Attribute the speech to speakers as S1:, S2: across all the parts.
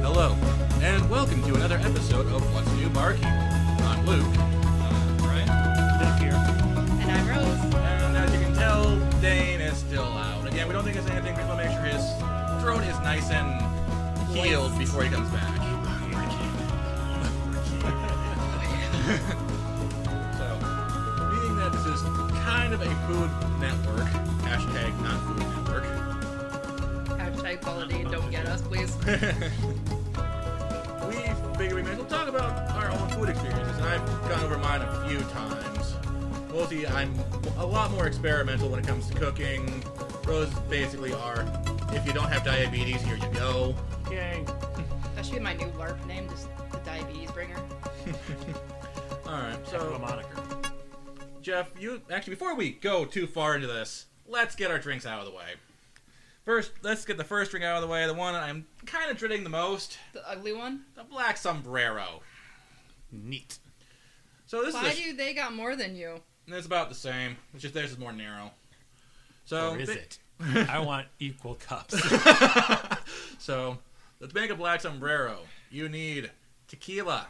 S1: Hello, and welcome to another episode of What's New Barkeep. I'm Luke. Uh, I'm Brian.
S2: And I'm Rose.
S1: And as you can tell, Dane is still out. Again, we don't think it's anything. We just want to make sure his throat is nice and healed before he comes back. so, meaning that this is kind of a food network, hashtag not food network.
S2: Hashtag quality, don't get us, please.
S1: we figure we may as well talk about our own food experiences. And I've gone over mine a few times. Mostly, I'm a lot more experimental when it comes to cooking. Those basically are, if you don't have diabetes, here you go.
S3: Yay.
S2: That should be my new LARP name, just the diabetes bringer.
S1: All right,
S3: So, a
S1: so
S3: moniker.
S1: Jeff, you actually before we go too far into this, let's get our drinks out of the way. First, let's get the first drink out of the way. The one I'm kind of dreading the most,
S2: The ugly one?
S1: the black sombrero.
S3: Neat.
S1: So this
S2: Why
S1: is
S2: do they got more than you?
S1: it's about the same. It's just theirs is more narrow. So
S3: Or is
S1: thi-
S3: it? I want equal cups.
S1: So, let's make a black sombrero. You need tequila,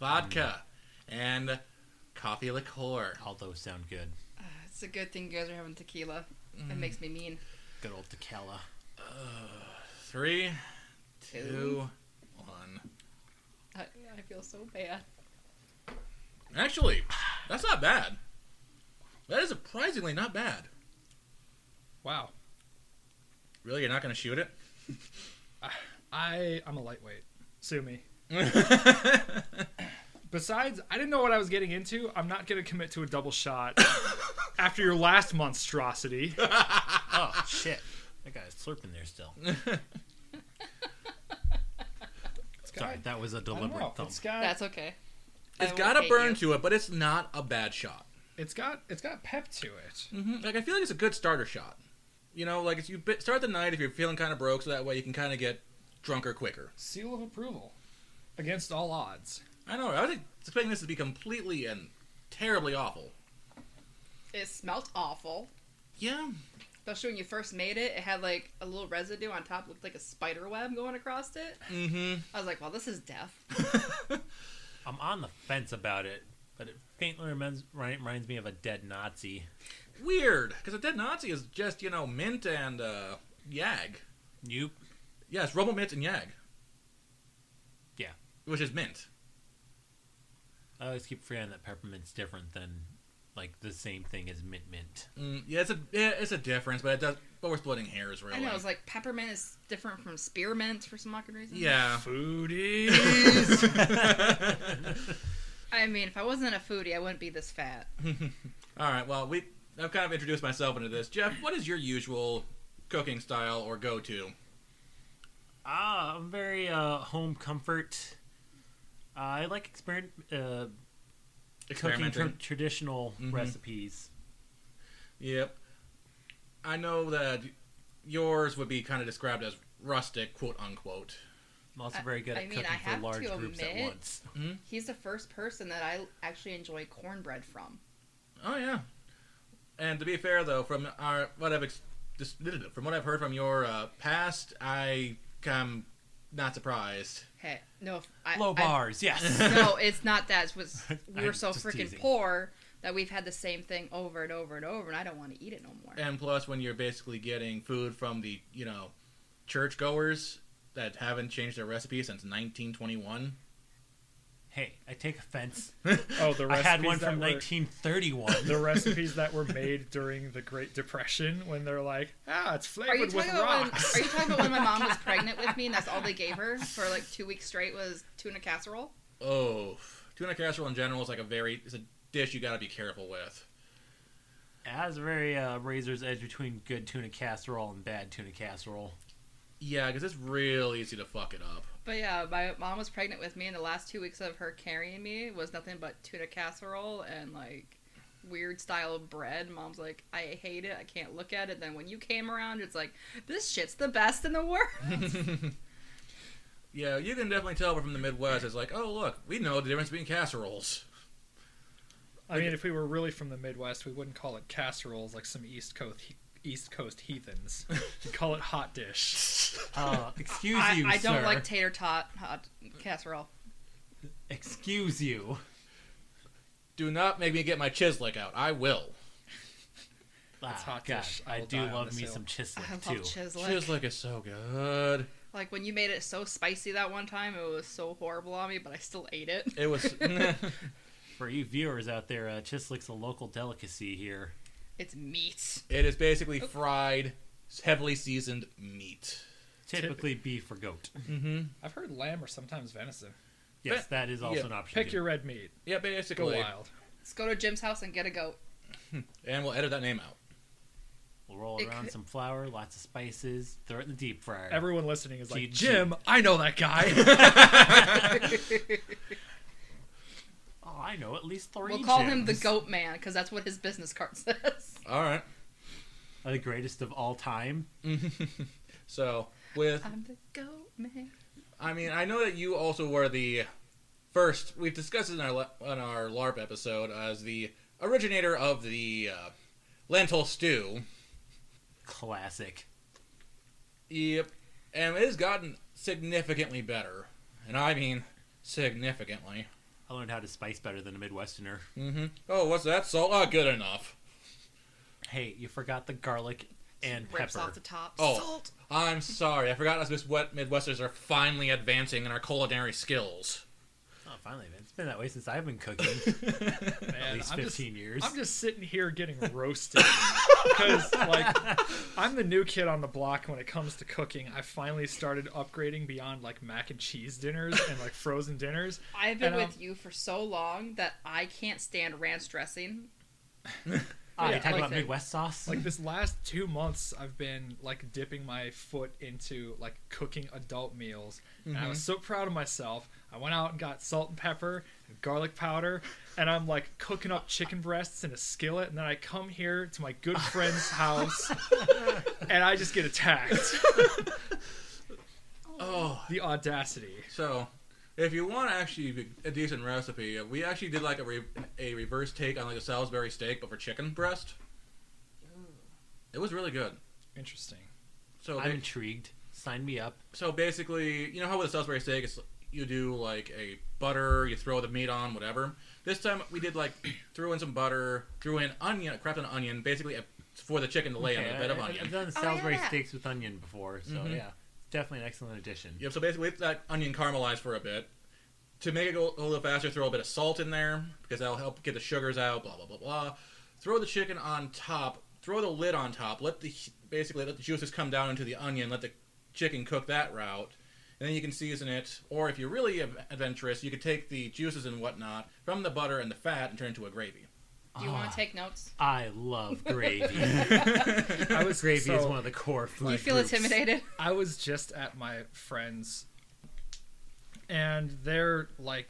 S1: vodka, and coffee liqueur.
S3: All those sound good.
S2: It's a good thing you guys are having tequila.
S1: Mm.
S2: It makes me mean.
S3: Good old tequila.
S1: Three, two,
S2: Two.
S1: one.
S2: I, I feel so bad.
S1: Actually, that's not bad. That is surprisingly not bad.
S4: Wow.
S1: Really, you're not going to shoot it?
S4: I I'm a lightweight. Sue me. Besides, I didn't know what I was getting into. I'm not going to commit to a double shot after your last monstrosity.
S3: Oh, shit. I got a slurp in there still. Sorry, that was a
S4: I don't know.
S3: deliberate thump.
S4: It's got
S2: That's okay. I
S1: It's
S2: won't
S1: got a
S2: hate
S1: burn
S2: you.
S1: to it, but it's not a bad shot.
S4: it's got it's got pep to
S2: Mm.
S4: it.
S1: Mhm. Like I feel like it's a good starter shot. You know, like it's, you bit, start the night if you're feeling kind of broke, so that way you can kind of get drunker quicker.
S4: Seal of approval against all odds.
S1: I know. I was expecting this to be completely and terribly awful.
S2: It smelt awful.
S1: Yeah.
S2: Especially when you first made it, it had like a little residue on top, looked like a spider web going across it.
S1: Mm-hmm.
S2: I was like, well, this is death.
S3: I'm on the fence about it, but it faintly reminds, reminds me of a dead Nazi.
S1: Weird, because a dead Nazi is just you know mint and uh, yag.
S3: You
S1: Yes, rubble mint and yag.
S3: Yeah.
S1: Which is mint.
S3: I always keep forgetting that peppermint's different than like the same thing as mint mint.
S1: Mm, yeah, it's a yeah, it's a difference, but it does. But we're splitting hairs, really.
S2: I know, it's like peppermint is different from spearmint for some fucking reason.
S1: yeah.
S4: Foodies.
S2: I mean, if I wasn't a foodie, I wouldn't be this fat.
S1: All right. Well, we I've kind of introduced myself into this. Jeff, what is your usual cooking style or go-to?
S3: Ah, I'm very uh, home comfort. Uh, I like experiment uh, cooking
S1: Experimenting.
S3: tra- traditional recipes.
S1: Yep. I know that yours would be kind of described as rustic, quote unquote.
S3: I'm also
S2: I-
S3: very good
S2: I
S3: at
S2: mean, I
S3: cooking
S2: have
S3: for large
S2: to
S3: groups at
S2: admit-
S3: once.
S2: He's the first person that I actually enjoy cornbread from.
S1: Oh yeah. And to be fair, though, from our what I've ex- dis- from what I've heard from your uh, past, I am not surprised.
S2: Hey, no, if- I,
S3: Low
S2: I-
S3: bars, yes.
S2: no, it's not that. It's was we're
S3: I'm
S2: so
S3: just
S2: freaking
S3: teasing.
S2: poor that we've had the same thing over and over and over, and I don't want to eat it no more.
S1: And plus, when you're basically getting food from the you know churchgoers that haven't changed their recipe since 1921.
S3: Hey, I take offense.
S4: Oh, the
S3: I
S4: recipes
S3: had one
S4: that
S3: from
S4: were,
S3: 1931.
S4: The recipes that were made during the Great Depression when they're like, ah, it's
S2: Are you
S4: flavored
S2: talking
S4: with
S2: about when?
S4: rocks.
S2: Are you talking about when my mom was pregnant with me and that's all they gave her for like two weeks straight was tuna casserole?
S1: Oh, tuna casserole in general is like a very it's a dish you got to be careful with.
S3: That's a very uh, razor's edge between good tuna casserole and bad tuna casserole.
S1: Yeah, because it's real easy to fuck it up.
S2: But yeah, my mom was pregnant with me, and the last two weeks of her carrying me was nothing but tuna casserole and like weird style of bread. Mom's like, I hate it. I can't look at it. Then when you came around, it's like, this shit's the best in the world.
S1: Yeah, you can definitely tell we're from the Midwest. It's like, oh look, we know the difference between casseroles.
S4: I mean, if we were really from the Midwest, we wouldn't call it casseroles like some East Coast he- East Coast heathens. We'd call it hot dish.
S3: Uh, excuse
S2: I,
S3: you,
S2: I don't
S3: sir.
S2: like tater tot hot casserole.
S3: excuse you.
S1: Do not make me get my chislik out. I will.
S3: It's
S4: hot dish. I
S3: Ah, I
S4: will
S3: do
S4: die on
S3: love
S4: this
S3: me
S4: hill.
S3: some chislik
S2: I love
S3: too.
S2: chislik.
S1: Chislik is so good.
S2: Like when you made it so spicy that one time, it was so horrible on me, but I still ate it.
S1: It was.
S3: For you viewers out there, uh, chislik's a local delicacy here.
S2: It's meat.
S1: it is basically fried, heavily seasoned meat.
S3: Typically beef or goat.
S4: I've heard lamb or sometimes venison.
S3: Yes, that is also
S1: yeah,
S3: an option.
S4: Pick your red meat.
S1: Yeah,
S4: Go
S1: basically.
S4: wild.
S2: Let's go to Jim's house and get a goat.
S1: And we'll edit that name out.
S3: We'll roll
S2: It
S3: around
S2: could-
S3: some flour, lots of spices, throw it in the deep fryer.
S4: Everyone listening is like,
S3: GG.
S4: Jim, I know that guy.
S3: oh, I know at least three.
S2: We'll call him the
S3: gems.
S2: Goat Man because that's what his business card says.
S1: All right.
S3: Uh, the greatest of all time.
S1: So with,
S2: I'm the Goat Man.
S1: I mean, I know that you also were the first. We've discussed it in our la- on our LARP episode as the originator of the uh, lentil stew.
S3: Classic.
S1: Yep. And it has gotten significantly better, and I mean significantly.
S3: I learned how to spice better than a Midwesterner.
S1: Oh, what's that salt? Ah, good enough.
S3: Hey, you forgot the garlic and
S2: Rips
S3: pepper.
S2: off the top.
S1: Oh.
S2: Salt.
S1: I'm sorry, I forgot us Miss Wet Midwesters are finally advancing in our culinary skills.
S3: oh, finally, man. It's been that way since I've been cooking.
S4: Man,
S3: at least
S4: I'm
S3: 15
S4: just-
S3: years.
S4: I'm just sitting here getting roasted because like I'm the new kid on the block when it comes to cooking. I finally started upgrading beyond like mac and cheese dinners and like frozen dinners.
S2: I've been
S4: And, um,
S2: with you for so long that I can't stand ranch dressing.
S3: Ah,
S4: Yeah,
S3: you talking
S2: like
S3: about
S2: that.
S3: Midwest sauce?
S4: Like this last 2 months I've been like dipping my foot into like cooking adult meals and I was
S3: Mm-hmm.
S4: so proud of myself. I went out and got salt and pepper and garlic powder and I'm like cooking up chicken breasts in a skillet and then I come here to my good friend's house and I just get attacked.
S1: Oh,
S4: The audacity.
S1: So, if you want actually be- a decent recipe, uh, we actually did like a, re- a reverse take on like a Salisbury steak, but for chicken breast. It was really good.
S4: Interesting.
S1: So,
S3: I'm
S1: they,
S3: intrigued. Sign me up.
S1: so basically, you know how with a Salisbury steak, it's, you do like a butter, you throw the meat on, whatever. This time we did like threw in some butter, threw in onion, crapped an onion, basically a, for the chicken to lay on a bed of
S3: I,
S1: onion.
S3: have done Salisbury
S2: Oh, yeah. Mm-hmm.
S3: steaks with onion before, so yeah, definitely an excellent addition.
S1: Yep. So basically, let that onion caramelize for a bit. To make it go a little faster, throw a bit of salt in there because that'll help get the sugars out. Blah blah blah blah. Throw the chicken on top. Throw the lid on top. Let the basically let the juices come down into the onion. Let the chicken cook that route, and then you can season it. Or if you're really av- adventurous, you could take the juices and whatnot from the butter and the fat and turn it into a gravy.
S2: Do you want to take notes?
S3: I love gravy.
S4: I was
S3: gravy is
S4: so-
S3: one of the core food.
S2: You feel
S3: groups.
S2: intimidated?
S4: I was just at my friend's, and they're like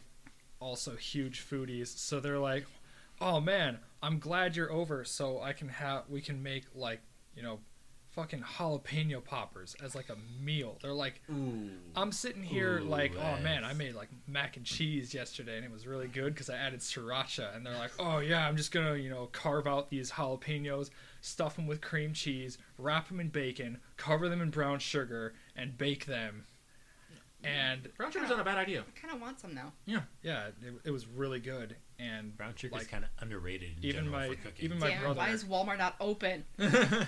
S4: also huge foodies, so they're like, "Oh man, I'm glad you're over, so I can have we can make like you know, fucking jalapeno poppers as like a meal." They're like,
S1: Ooh.
S4: "I'm sitting here
S3: Ooh,
S4: like, oh man, I
S3: yes.
S4: made like mac and cheese yesterday, and it was really good because I added sriracha." And they're like, "Oh yeah, I'm just gonna you know carve out these jalapenos, stuff them with cream cheese, wrap them in bacon, cover them in brown sugar, and bake them." And
S1: Brown sugar's not a bad idea.
S2: I kind of want some now.
S1: Yeah.
S4: yeah, it, it was really good. And
S3: Brown sugar is
S4: like,
S3: kind of underrated. In
S4: even
S3: general
S4: my
S3: for cooking.
S4: even my
S2: Damn,
S4: brother
S2: why is Walmart not open?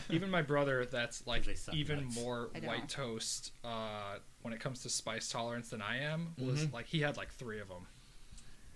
S4: even my brother that's like
S3: They suck
S4: even
S3: nuts.
S4: more
S2: I know.
S4: white
S3: Mm-hmm.
S4: toast uh, when it comes to spice tolerance than I am was like he had like three of them.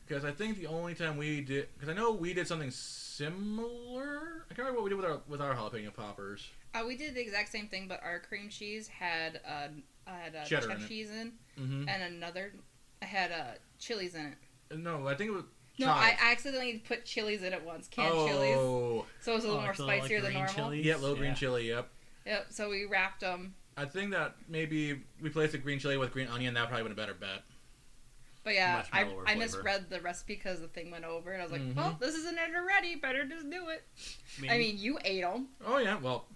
S1: Because I think the only time we did, because I know we did something similar. I can't remember what we did with our with our jalapeno poppers.
S2: Uh, we did the exact same thing, but our cream cheese had uh, had uh,
S1: Cheddar
S2: cheddar
S1: in it.
S2: cheese in,
S1: Mm-hmm.
S2: and another had uh, chilies in it.
S1: No, I think it was.
S2: No, I accidentally put chilies in it once, canned chilies,
S1: Oh,
S2: so it was a little
S3: Oh,
S2: more
S3: so, like,
S2: spicier than
S3: green
S2: normal.
S3: chilies?
S1: yeah, low green
S3: Yeah.
S1: chili. Yep.
S2: Yep. So we wrapped them,
S1: I think that maybe we placed the green chili with green onion. That probably would have been a better bet.
S2: but yeah,
S3: Much
S2: I,
S3: mellower
S2: I
S3: flavor.
S2: misread the recipe because the thing went over, and I was like,
S1: Mhm.
S2: well, this isn't it already. Better just do it. I mean, you ate them.
S1: Oh yeah, well,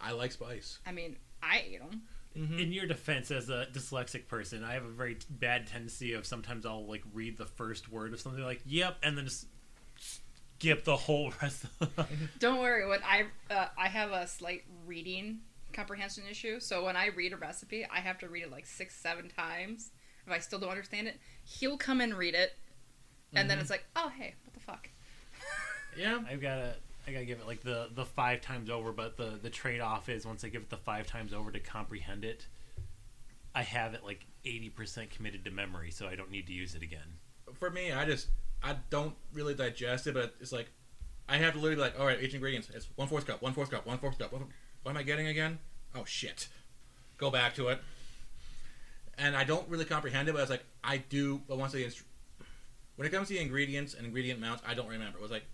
S1: I like spice.
S2: I mean, I ate them.
S1: Mm-hmm.
S3: in your defense as a dyslexic person i have a very t- bad tendency of sometimes i'll like read the first word of something like yep and then just skip the whole rest of the
S2: Don't worry. When I uh, I have a slight reading comprehension issue, so when I read a recipe, I have to read it like six, seven times. If I still don't understand it, he'll come and read it, and then it's like, oh hey, what the fuck?
S1: Yeah.
S3: i've gotta i gotta give it like the the five times over but the the trade-off is once i give it the five times over to comprehend it i have it like 80% committed to memory so i don't need to use it again
S1: For me, I just I don't really digest it, but it's like I have to literally be like, all right, each ingredients. It's one fourth cup, one fourth cup, one fourth cup. What, what am I getting again? Oh shit! Go back to it. And I don't really comprehend it, but it's like I do. But once the instru- when it comes to the ingredients and ingredient amounts, I don't remember. It was like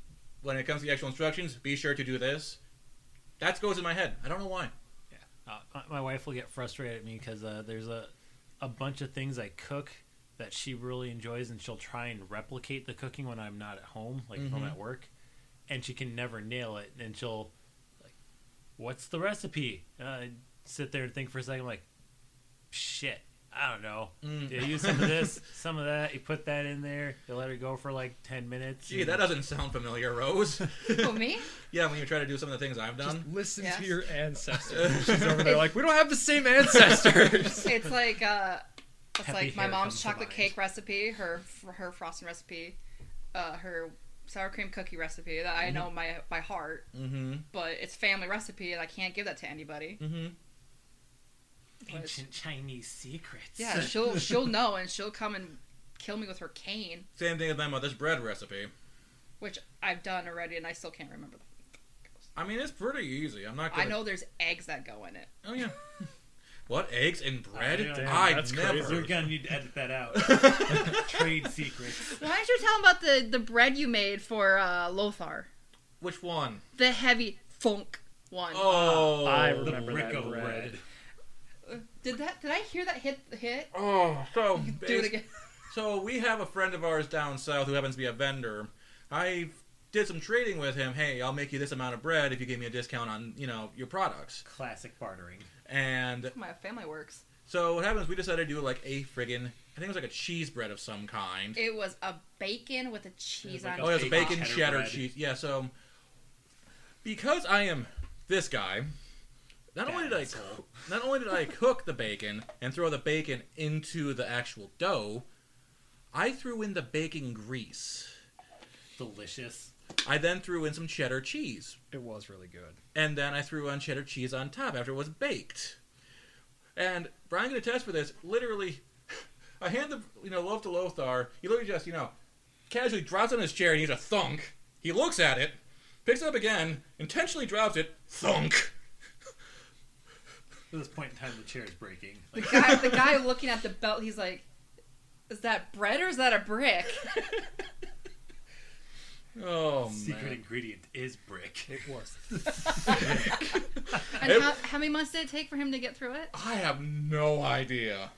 S1: when it comes to the actual instructions, be sure to do this. That goes in my head. I don't know why.
S3: Uh, my- my wife will get frustrated at me because uh, there's a, a bunch of things I cook that she really enjoys, and she'll try and replicate the cooking when I'm not at home, like if I'm
S1: Mhm.
S3: at work, and she can never nail it. And she'll like, "What's the recipe?" And I sit there and think for a second, like, "Shit, I don't know."
S1: Mm.
S3: You use some of this, some of that. You put that in there. You let her go for like ten minutes.
S1: Gee,
S3: and-
S1: that doesn't sound familiar, Rose.
S2: Oh me?
S1: yeah, when you try to do some of the things I've
S4: Just
S3: Um,
S1: done.
S4: listen
S2: Yes.
S4: to your ancestors. She's over there like, we don't have the same ancestors.
S2: It's like uh, it's
S3: Happy
S2: like my
S3: hair
S2: mom's
S3: comes to
S2: chocolate
S3: mind.
S2: cake recipe, her her frosting recipe, uh, her sour cream cookie recipe that I know my by heart,
S1: Mm-hmm.
S2: but it's family recipe and I can't give that to anybody.
S1: Mm-hmm.
S3: ancient Chinese secrets.
S2: Yeah, she'll she'll know and she'll come and kill me with her cane,
S1: Same thing with my mother's bread recipe.
S2: which I've done already and I still can't remember. The,
S1: I mean, it's pretty easy. I'm not. Gonna...
S2: I know there's eggs that go in it.
S1: Oh yeah. what eggs in bread?
S3: yeah. Damn,
S1: I
S4: that's
S1: never.
S4: crazy.
S3: You're gonna need to edit that out. Trade secrets.
S2: Why don't you tell about the the bread you made for uh, Lothar?
S1: Which one?
S2: The heavy funk one.
S1: Oh,
S4: Uh, I
S3: The
S4: remember that
S3: Rico
S4: bread.
S3: bread.
S2: Did that? Did I hear that hit hit?
S1: Oh, so
S2: Do it
S1: bas-
S2: again.
S1: So we have a friend of ours down south who happens to be a vendor. I did some trading with him. Hey, I'll make you this amount of bread if you give me a discount on you know your products.
S3: Classic bartering.
S1: And
S2: My family works.
S1: so what happens? We decided to do like a friggin' I think it was like a cheese bread of some kind.
S2: It was a bacon with a cheese
S3: like
S2: on
S3: a
S2: it.
S1: Oh, yeah, it's a
S3: Bacon
S1: bacon
S3: cheddar
S1: cheddar,
S3: bread.
S1: cheese. Yeah, so because I am this guy, not only Oh, did I
S3: Bad
S1: cook, not only did I cook the bacon and throw the bacon into the actual dough, I threw in the bacon grease.
S3: Delicious.
S1: I then threw in some cheddar cheese,
S4: It was really good.
S1: and then I threw on cheddar cheese on top after it was baked. And Brian can attest for this. Literally, I hand the you know loaf to Lothar. He literally just you know casually drops it on his chair and he's a thunk. He looks at it, picks it up again, intentionally drops it, thunk.
S3: At this point in time, the chair is breaking.
S2: The guy, the guy looking at the belt, he's like, "Is that bread or is that a brick?"
S1: Oh
S3: secret
S1: man.
S3: ingredient is brick.
S4: It was.
S2: And how, how many months did it take for him to get through it?
S1: I have no idea.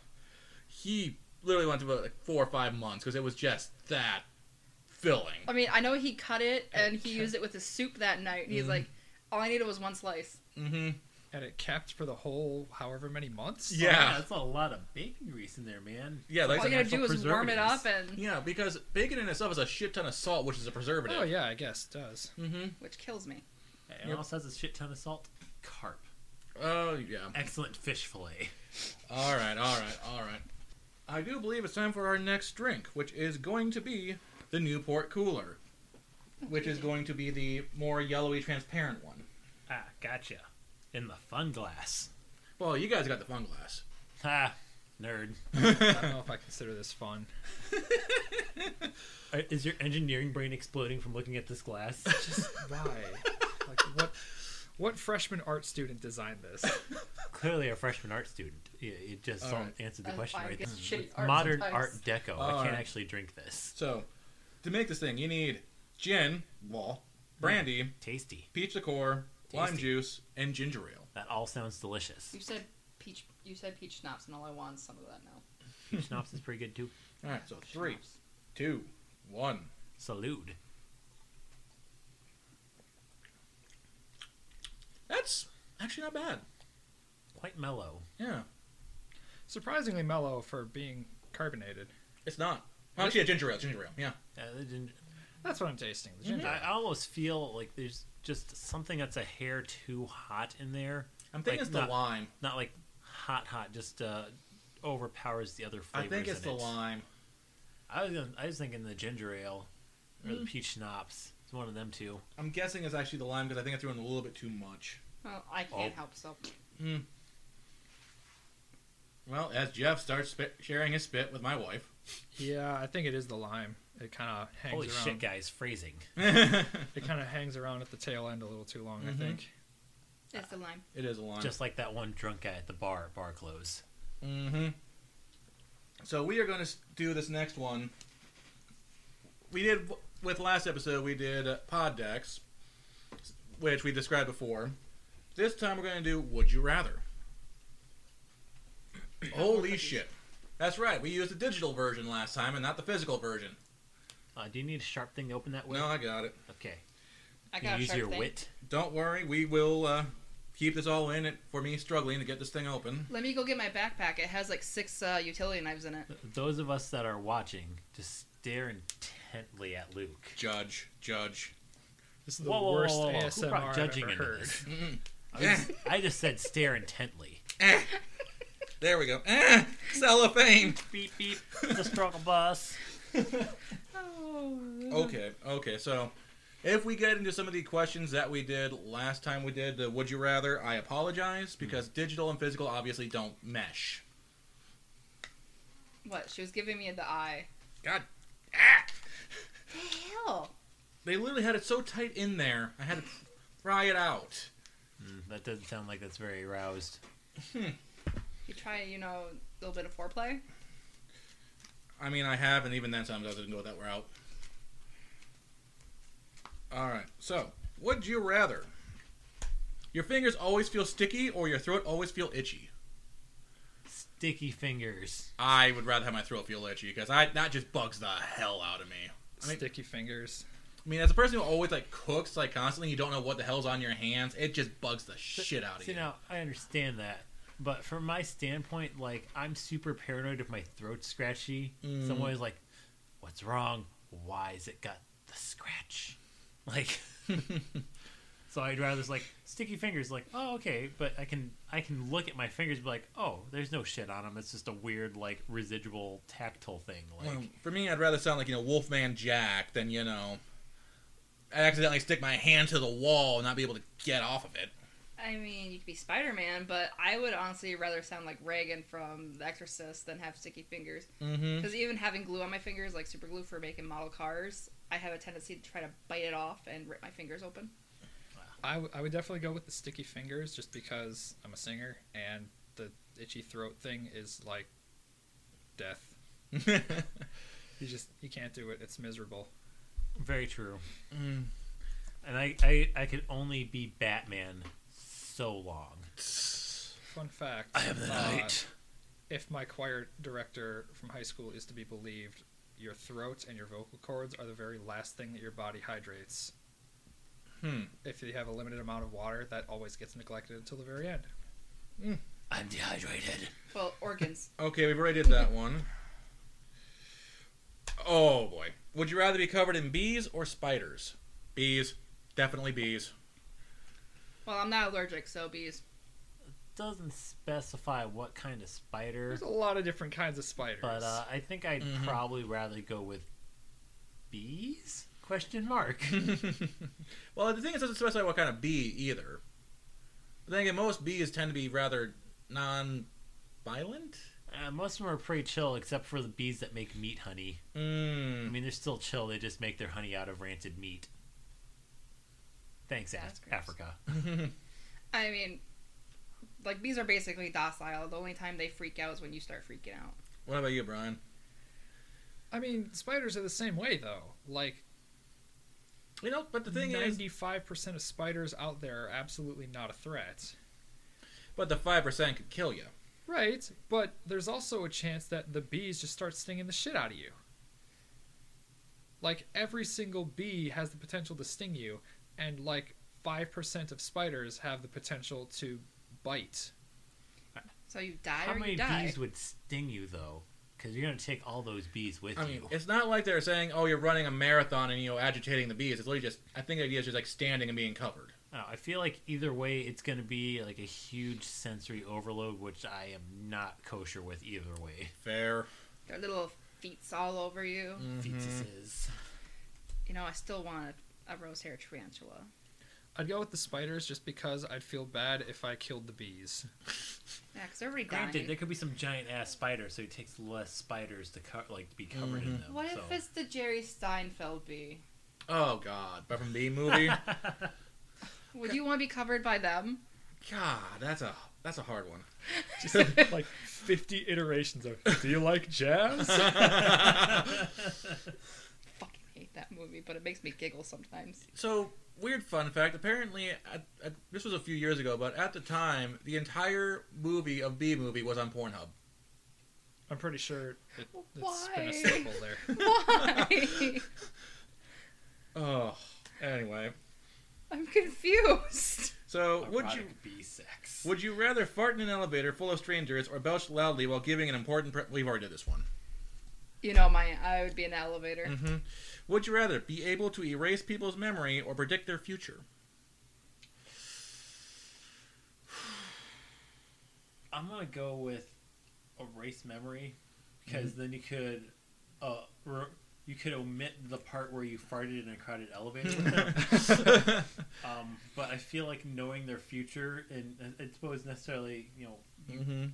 S1: He literally went to about like four or five months because it was just that filling.
S2: I mean, I know he cut it and he used it with his soup that night, and he's
S3: Mm-hmm.
S2: like, "All I needed was one slice."
S1: Mm-hmm.
S4: And it kept for the whole however many months.
S1: Yeah.
S3: that's a lot of bacon grease in there, man.
S1: Yeah, like
S2: All you
S1: some
S2: gotta do
S3: natural
S2: is warm it up, and
S1: Yeah, because bacon in itself is a shit ton of salt, which is a preservative.
S4: Oh yeah, I guess it does.
S2: which kills me.
S3: It also has a shit ton of salt. Carp.
S1: Oh yeah.
S3: Excellent fish fillet.
S1: All right, all right, all right. I do believe it's time for our next drink, which is going to be the Newport Cooler, which is going to be the more yellowy, transparent one.
S3: Ah, gotcha. In the fun glass.
S1: Well, you guys got the fun glass.
S3: Ah, Nerd.
S4: I don't know if I consider this fun.
S3: Uh, Is your engineering brain exploding from looking at this glass?
S4: Just why? Like what? What freshman art student designed this?
S3: Clearly, a freshman art student. It, it just
S1: All
S3: sol-
S1: right.
S3: answered the
S2: Uh,
S3: question
S2: I
S3: right.
S2: get
S3: This is
S2: shitty
S3: with
S2: art
S3: modern
S2: sometimes.
S3: Art Deco. I
S1: All
S3: can't
S1: right.
S3: actually drink this.
S1: So, to make this thing, you need gin, well, brandy,
S3: Tasty.
S1: peach liqueur, lime
S3: Tasty.
S1: juice, and ginger ale.
S3: That all sounds delicious.
S2: You said peach. You said peach schnapps, and all I want is some of that now.
S3: Peach schnapps is pretty good too.
S1: All right, so three, two, one.
S3: Salute.
S1: That's actually not bad.
S3: Quite mellow.
S1: Yeah,
S4: Surprisingly mellow for being carbonated.
S1: it's not. Oh, actually, yeah, ginger ale, ginger ale. Yeah,
S3: Uh, the gin-
S4: That's what I'm tasting. The ginger.
S3: I I almost feel like there's just something that's a hair too hot in there.
S1: I'm thinking
S3: Like,
S1: it's the
S3: not-
S1: lime.
S3: Not like hot, hot. Just uh, overpowers the other
S1: I
S3: flavors.
S1: think it's
S3: in
S1: the
S3: it.
S1: lime.
S3: I was, gonna, I was thinking the ginger ale or
S2: Mm.
S3: the peach schnapps. It's one of them two.
S1: I'm guessing it's actually the lime because I think I threw in a little bit too much.
S2: Well, I can't
S3: Oh.
S2: help so.
S1: Well, as Jeff starts spit, sharing his spit with my wife,
S4: Yeah, I think it is the lime. It kind of hangs
S3: Holy
S4: around.
S3: shit, guys! Phrasing.
S1: it
S4: It kind of hangs around at the tail end a little too long.
S3: Mm-hmm.
S1: Mhm.
S4: I think.
S2: It's the lime.
S1: is a lime.
S3: Just like that one drunk guy at the bar at bar close.
S1: Mm-hmm. So we are going to do this next one. We did with last episode. We did uh, pod decks, which we described before. This time we're going to do would you rather. Holy shit! That's right. We used the digital version last time and not the physical version.
S3: Uh, do you need a sharp thing to open that with?
S1: No, I got it.
S3: Okay.
S2: I
S3: Can
S2: got
S3: you
S2: a
S3: use
S2: sharp
S3: your
S2: thing.
S3: wit.
S1: Don't worry. We will uh, keep this all in it for me struggling to get this thing open.
S2: Let me go get my backpack. It has like six uh, utility knives in it.
S3: Those of us that are watching, just stare intently at Luke.
S1: Judge, judge.
S4: This is the
S3: Whoa, whoa, whoa,
S4: worst
S3: whoa, whoa. Who
S4: ASMR
S3: brought
S4: I've
S3: judging
S4: ever
S3: into
S4: heard.
S3: this? I
S1: Eh,
S3: just, I just said stare intently.
S1: There we go. Ah, cellophane.
S3: Beep beep. It's a struggle bus.
S1: Okay, okay. So, if we get into some of the questions that we did last time we did the Would You Rather, I apologize because digital and physical obviously don't mesh.
S2: What? She was giving me the eye.
S1: God, ah!
S2: Hell.
S1: They literally had it so tight in there, I had to pry it out.
S3: Mm, That doesn't sound like that's very aroused.
S2: You try, you know, a little bit of foreplay.
S1: I mean, I have, and even then, sometimes I didn't go that route. All right. So, would you rather? Your fingers always feel sticky, or your throat always feel itchy?
S3: Sticky fingers.
S1: I would rather have my throat feel itchy because I that just bugs the hell out of me. I mean,
S4: Sticky fingers.
S1: I mean, as a person who always like cooks like constantly, you don't know what the hell's on your hands. It just bugs the shit out of
S3: See
S1: you.
S3: now, I understand that, but from my standpoint, like I'm super paranoid if my throat's scratchy.
S1: Mm.
S3: So I'm always like, "What's wrong? Why has it got the scratch?" Like, so I'd rather just like sticky fingers. Like, oh okay, but I can I can look at my fingers, and be like, oh, there's no shit on them. It's just a weird like residual tactile thing. Like,
S1: Well, for me, I'd rather sound like you know Wolfman Jack than you know I accidentally stick my hand to the wall and not be able to get off of it.
S2: I mean, you could be Spider Man, but I would honestly rather sound like Reagan from The Exorcist than have sticky fingers.
S1: Mm-hmm.
S2: Because even having glue on my fingers, like super glue for making model cars, I have a tendency to try to bite it off and rip my fingers open.
S4: I, w- I would definitely go with the sticky fingers just because I'm a singer and the itchy throat thing is like death. You just you can't do it. It's miserable.
S3: very true.
S1: mm.
S3: And I, I I could only be Batman so long.
S4: Fun fact. uh, if my choir director from high school is to be believed, your throat and your vocal cords are the very last thing that your body hydrates.
S1: Hmm.
S4: If you have a limited amount of water, that always gets neglected until the very end.
S3: I'm dehydrated.
S2: Well, organs.
S1: Okay, we've already did that one. Oh boy, would you rather be covered in bees or spiders? Bees, definitely bees.
S2: Well, I'm not allergic, so bees.
S3: doesn't specify what kind of spider,
S4: There's a lot of different kinds of spiders.
S3: but uh, I think I'd
S1: Mhm.
S3: probably rather go with bees? Question mark.
S1: well, the thing is, it doesn't specify what kind of bee either. But then again, most bees tend to be rather non-violent.
S3: Uh, most of them are pretty chill, except for the bees that make meat honey. I
S1: Mm.
S3: mean, they're still chill. They just make their honey out of rancid meat. Thanks, Af-
S2: That's gross.
S3: Africa.
S2: I mean, like bees are basically docile. The only time they freak out is when you start freaking out.
S1: What about you, Brian?
S4: I mean, spiders are the same way though. Like
S1: You know, but the thing is,
S4: ninety-five percent of spiders out there are absolutely not a threat.
S1: but the five percent could kill you.
S4: Right, but there's also a chance that the bees just start stinging the shit out of you. Like every single bee has the potential to sting you, and like five percent of spiders have the potential to bite.
S2: So you die
S3: How
S2: or
S3: many
S2: you die.
S3: bees would sting you though? Because you're gonna take all those bees with
S1: I
S3: you.
S1: mean, it's not like they're saying, "Oh, you're running a marathon and you know agitating the bees." It's literally just. I think the idea is just like standing and being covered.
S3: I don't know, I feel like either way, it's gonna be like a huge sensory overload, which I am not kosher with either way.
S1: Fair.
S2: Their little feet's all over you.
S1: Mm-hmm.
S3: Fetuses.
S2: You know, I still want a, a rose hair tarantula.
S4: I'd go with the spiders just because I'd feel bad if I killed the bees.
S2: Yeah, because everybody
S3: Granted, there
S2: died.
S3: could be some giant ass spider, so it takes less spiders to co- like to be covered in them.
S2: What
S3: so.
S2: if it's the Jerry Steinfeld bee?
S1: Oh God, but from the movie,
S2: Would you want to be covered by them?
S1: God, that's a that's a hard one.
S4: Just like 50 iterations of, do you like jazz?
S2: Fucking hate that movie, but it makes me giggle sometimes.
S1: So weird fun fact. Apparently, at, at, this was a few years ago, but at the time, the entire movie of B movie was on Pornhub.
S4: I'm pretty sure it, has
S2: Why?
S4: been a staple there.
S2: Why?
S1: Oh, anyway.
S2: I'm confused.
S1: So would you
S3: Erotic bee sex?
S1: would you rather fart in an elevator full of strangers or belch loudly while giving an important? Pre- We've already did this one.
S2: You know, my I would be in the elevator.
S1: Would you rather be able to erase people's memory or predict their future?
S3: I'm gonna go with erase memory because then you could uh re- you could omit the part where you farted in a crowded elevator. um, but I feel like knowing their future and and I suppose necessarily you know you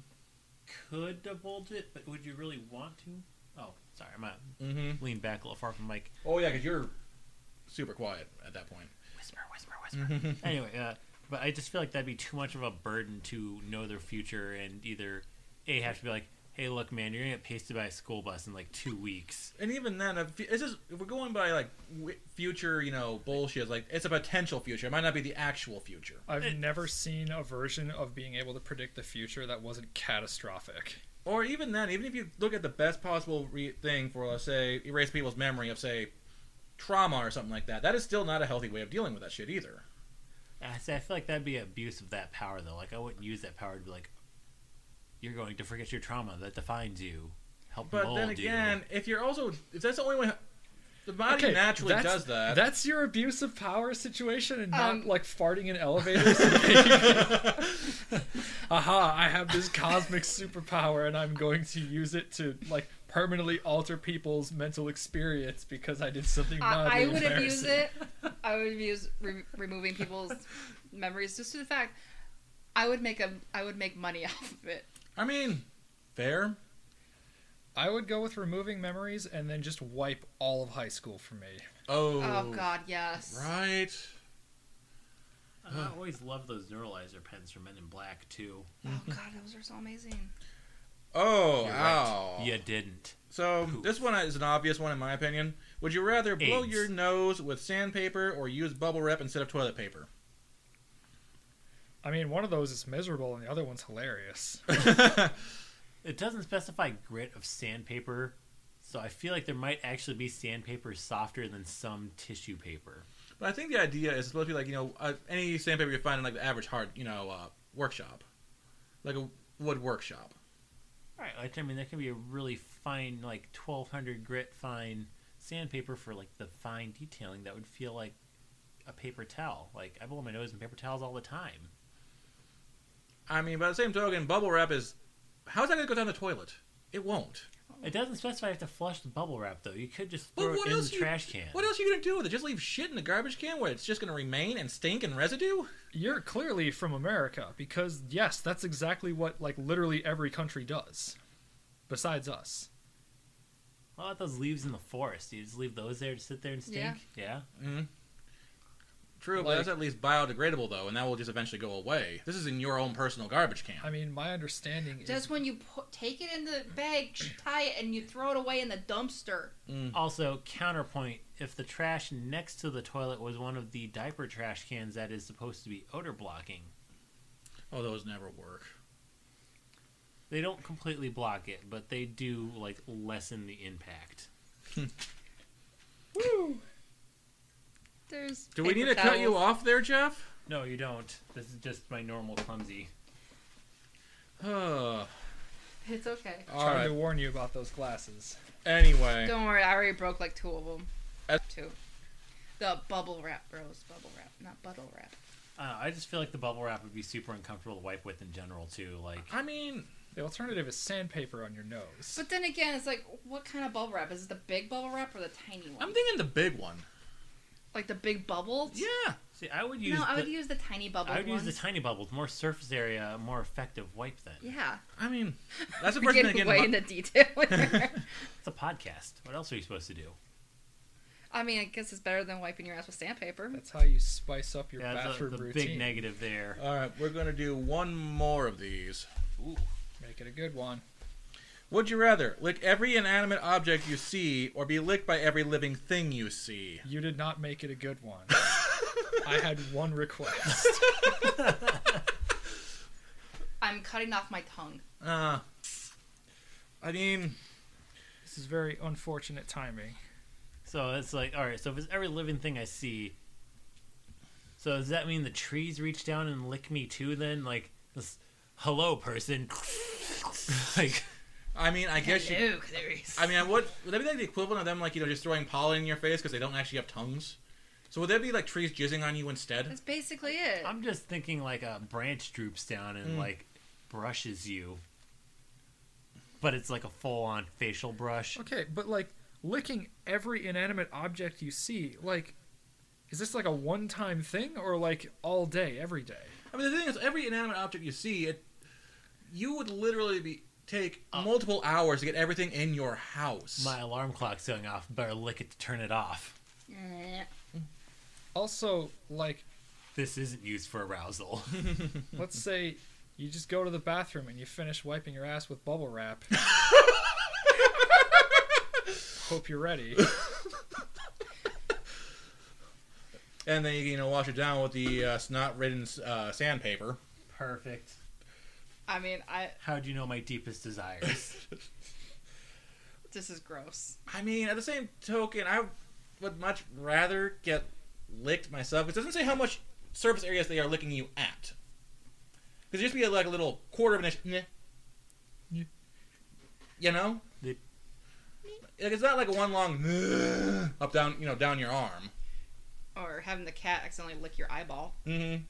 S3: could divulge it, but would you really want to? Oh, sorry, I'm gonna
S1: Mhm.
S3: lean back a little far from the mic.
S1: Oh yeah, because you're super quiet at that point.
S3: Whisper, whisper, whisper. anyway, uh, but I just feel like that'd be too much of a burden to know their future and either a have to be like, hey, look, man, you're gonna get pasted by a school bus in like two weeks.
S1: And even then, if, this is if we're going by like w- future, you know, bullshit. Like it's a potential future. It might not be the actual future.
S4: I've never seen a version of being able to predict the future that wasn't catastrophic.
S1: Or even then, even if you look at the best possible re- thing for, let's say, erase people's memory of, say, trauma or something like that, that is still not a healthy way of dealing with that shit either.
S3: I say I feel like that'd be abuse of that power though. Like I wouldn't use that power to be like, you're going to forget your trauma that defines you. Help
S1: But
S3: mold
S1: then again, if you're also, if that's the only way, the body naturally
S4: that's-
S1: does that.
S4: That's your abuse of power situation and not
S2: Um,
S4: like farting in elevators. Aha, I have this cosmic superpower and I'm going to use it to like permanently alter people's mental experience because I did something not
S2: I, I would abuse it. I would abuse re- removing people's memories just to the fact I would make a I would make money off of it.
S1: I mean, fair.
S4: I would go with removing memories and then just wipe all of high school for me.
S1: Oh,
S2: Oh God, yes.
S1: Right.
S3: you. I always love those neuralizer pens from Men in Black too.
S2: Oh God, those are so amazing.
S1: Oh,
S3: You're
S1: ow.
S3: right. You didn't.
S1: So
S3: Poof.
S1: this one is an obvious one in my opinion. Would you rather blow
S3: AIDS.
S1: your nose with sandpaper or use bubble wrap instead of toilet paper?
S4: I mean, one of those is miserable and the other one's hilarious.
S3: It doesn't specify grit of sandpaper, so I feel like there might actually be sandpaper softer than some tissue paper.
S1: But I think the idea is supposed to be like you know uh, any sandpaper you find in like the average hard you know uh, workshop, like a wood workshop.
S3: Right. Like, I mean, that can be a really fine, like 1200 grit fine sandpaper for like the fine detailing that would feel like a paper towel. Like I blow my nose in paper towels all the time.
S1: I mean, by the same token, bubble wrap is how's that gonna go down the toilet? It won't.
S3: It doesn't specify you have to flush the bubble wrap though. You could just
S1: Well,
S3: throw it in the
S1: you-
S3: trash can.
S1: What else are you gonna do with it? Just leave shit in the garbage can where it's just gonna remain and stink and residue?
S4: You're clearly from America because yes, that's exactly what like literally every country does. besides us.
S3: How about those leaves in the forest? You just leave those there to sit there and stink? Yeah.
S1: True, but
S4: Like-
S1: that's at least biodegradable though, and that will just eventually go away. This is in your own personal garbage can.
S4: I mean, my understanding is
S2: Just when you put, take it in the bag, tie it, and you throw it away in the dumpster.
S3: Also, counterpoint if the trash next to the toilet was one of the diaper trash cans that is supposed to be odor blocking,
S1: oh, those never work.
S3: they don't completely block it, but they do like lessen the impact.
S2: Woo! There's.
S1: Do we need
S2: paper
S1: to cut you
S2: towels.
S1: off there, Jeff?
S3: No, you don't. This is just my normal clumsy.
S1: all
S2: It's okay.
S4: trying
S1: right.
S4: to warn you about those glasses.
S1: Anyway,
S2: Don't worry, I already broke like two of them.
S1: As-
S2: two. The bubble wrap, bros. Bubble wrap, not bubble wrap.
S3: Uh, I just feel like the bubble wrap would be super uncomfortable to wipe with in general too. Like,
S1: I mean,
S4: The alternative is sandpaper on your nose.
S2: But then again, it's like, what kind of bubble wrap? Is it the big bubble wrap or the tiny one?
S1: I'm thinking the big one.
S2: like the big bubbles?
S1: Yeah.
S3: see, I would use
S2: No, I would
S3: the,
S2: use the tiny bubble.
S3: I would use
S2: ones.
S3: the tiny bubbles, more surface area, more effective wipe. Then
S2: Yeah,
S1: I mean, that's the
S2: we're
S1: person that get
S2: getting way into detail. here.
S3: it's a podcast. What else are you supposed to do?
S2: I mean, I guess it's better than wiping your ass with sandpaper.
S4: That's how you spice up your
S3: Yeah, that's a,
S4: bathroom
S3: the
S4: routine.
S3: big negative there.
S1: All right, we're gonna do one more of these.
S4: Make it a good one.
S1: Would you rather lick every inanimate object you see, or be licked by every living thing you see?
S4: You did not make it a good one. I had one request.
S2: I'm cutting off my tongue.
S1: Uh, I mean,
S4: This is very unfortunate timing.
S3: So it's like, all right. So if it's every living thing I see, so does that mean the trees reach down and lick me too? Then like, this, hello, person. like,
S1: I mean, I guess you.
S2: Hello, Clarice.
S1: I mean, I would would that be like the equivalent of them, like you know, just throwing pollen in your face because they don't actually have tongues? So would that be like trees jizzing on you instead?
S2: That's basically it.
S3: I'm just thinking like a branch droops down and like brushes you, but it's like a full-on facial brush.
S4: Okay, but like licking every inanimate object you see, like, is this like a one time thing or like all day, every day?
S1: I mean, the thing is, every inanimate object you see, it you would literally be take multiple hours to get everything in your house.
S3: My alarm clock's going off. Better lick it to turn it off.
S2: Mm.
S4: Also, like,
S3: This isn't used for arousal.
S4: let's say you just go to the bathroom and you finish wiping your ass with bubble wrap. Hope you're ready.
S1: and then you you know wash it down with the uh, snot-ridden uh, sandpaper.
S3: Perfect.
S2: I mean, I.
S3: How do you know my deepest desires?
S2: This is gross.
S1: I mean, at the same token, I would much rather get licked myself. It doesn't say how much surface areas they are licking you at. Because just be like a little quarter of an inch. "Nyeh."
S4: Nyeh.
S1: You know,
S3: The-
S1: like it's not like a one long "Nyeh" up down you know down your arm.
S2: Or having the cat accidentally lick your eyeball.
S1: Mm-hmm.